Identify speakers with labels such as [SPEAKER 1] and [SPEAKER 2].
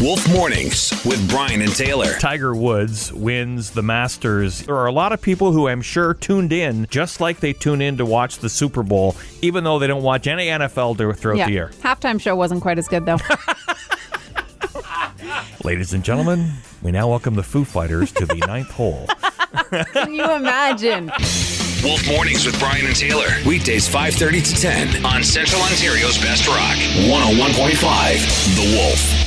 [SPEAKER 1] Wolf Mornings with Brian and Taylor.
[SPEAKER 2] Tiger Woods wins the Masters, there are a lot of people who I'm sure tuned in just like they tune in to watch the Super Bowl, even though they don't watch any NFL dur- throughout
[SPEAKER 3] yeah.
[SPEAKER 2] the year.
[SPEAKER 3] Halftime show wasn't quite as good though.
[SPEAKER 2] Ladies and gentlemen, we now welcome the Foo Fighters to the ninth hole.
[SPEAKER 3] Can you imagine?
[SPEAKER 1] Wolf Mornings with Brian and Taylor. Weekdays 5:30 to 10 on Central Ontario's Best Rock 101.5 The Wolf.